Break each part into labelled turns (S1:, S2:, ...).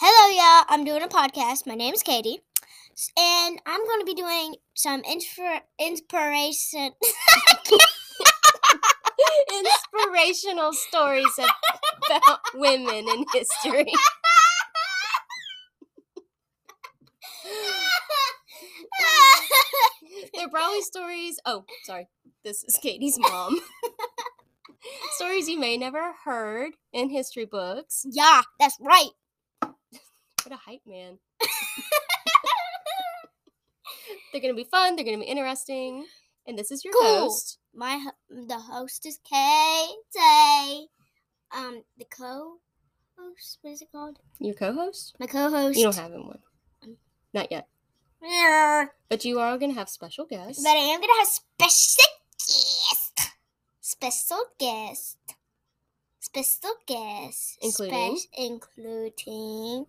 S1: uh, I'm doing a podcast. My name is Katie, s- and I'm going to be doing some inspir- inspiration.
S2: Inspirational stories about women in history. They're probably stories. Oh, sorry. This is Katie's mom. stories you may never heard in history books.
S1: yeah, that's right.
S2: What a hype man. they're going to be fun, they're going to be interesting. And this is your
S1: Cool.
S2: host.
S1: My ho- the host is Katie. Um, the co-host. What is it called?
S2: Your co host?
S1: My co-host.
S2: You don't have him one.
S1: Um.
S2: Not yet.
S1: Err,
S2: But you are going to have special guests.
S1: But I am gonna have special guest. Special guest. Special guest.
S2: Including?
S1: Spec- including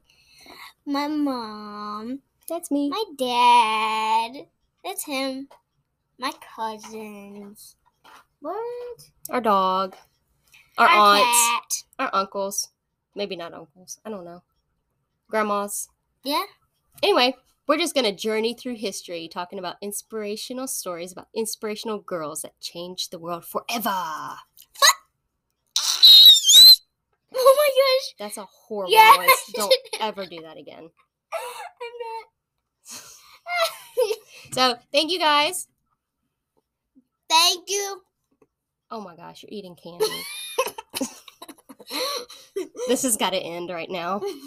S1: my mom,
S2: That's me.
S1: my dad. That's him. My cousins. What?
S2: Our dog. Our,
S1: Our
S2: aunts.
S1: cat.
S2: our uncles, maybe not uncles, I don't know, grandmas.
S1: Yeah.
S2: Anyway, we're just going to journey through history talking about inspirational stories about inspirational girls that changed the world forever.
S1: Oh my gosh.
S2: That's a horrible
S1: Yeah.
S2: noise. Don't ever do that again.
S1: I'm not.
S2: So, thank you guys.
S1: Thank you.
S2: Oh my gosh, you're eating candy. This has got to end right now.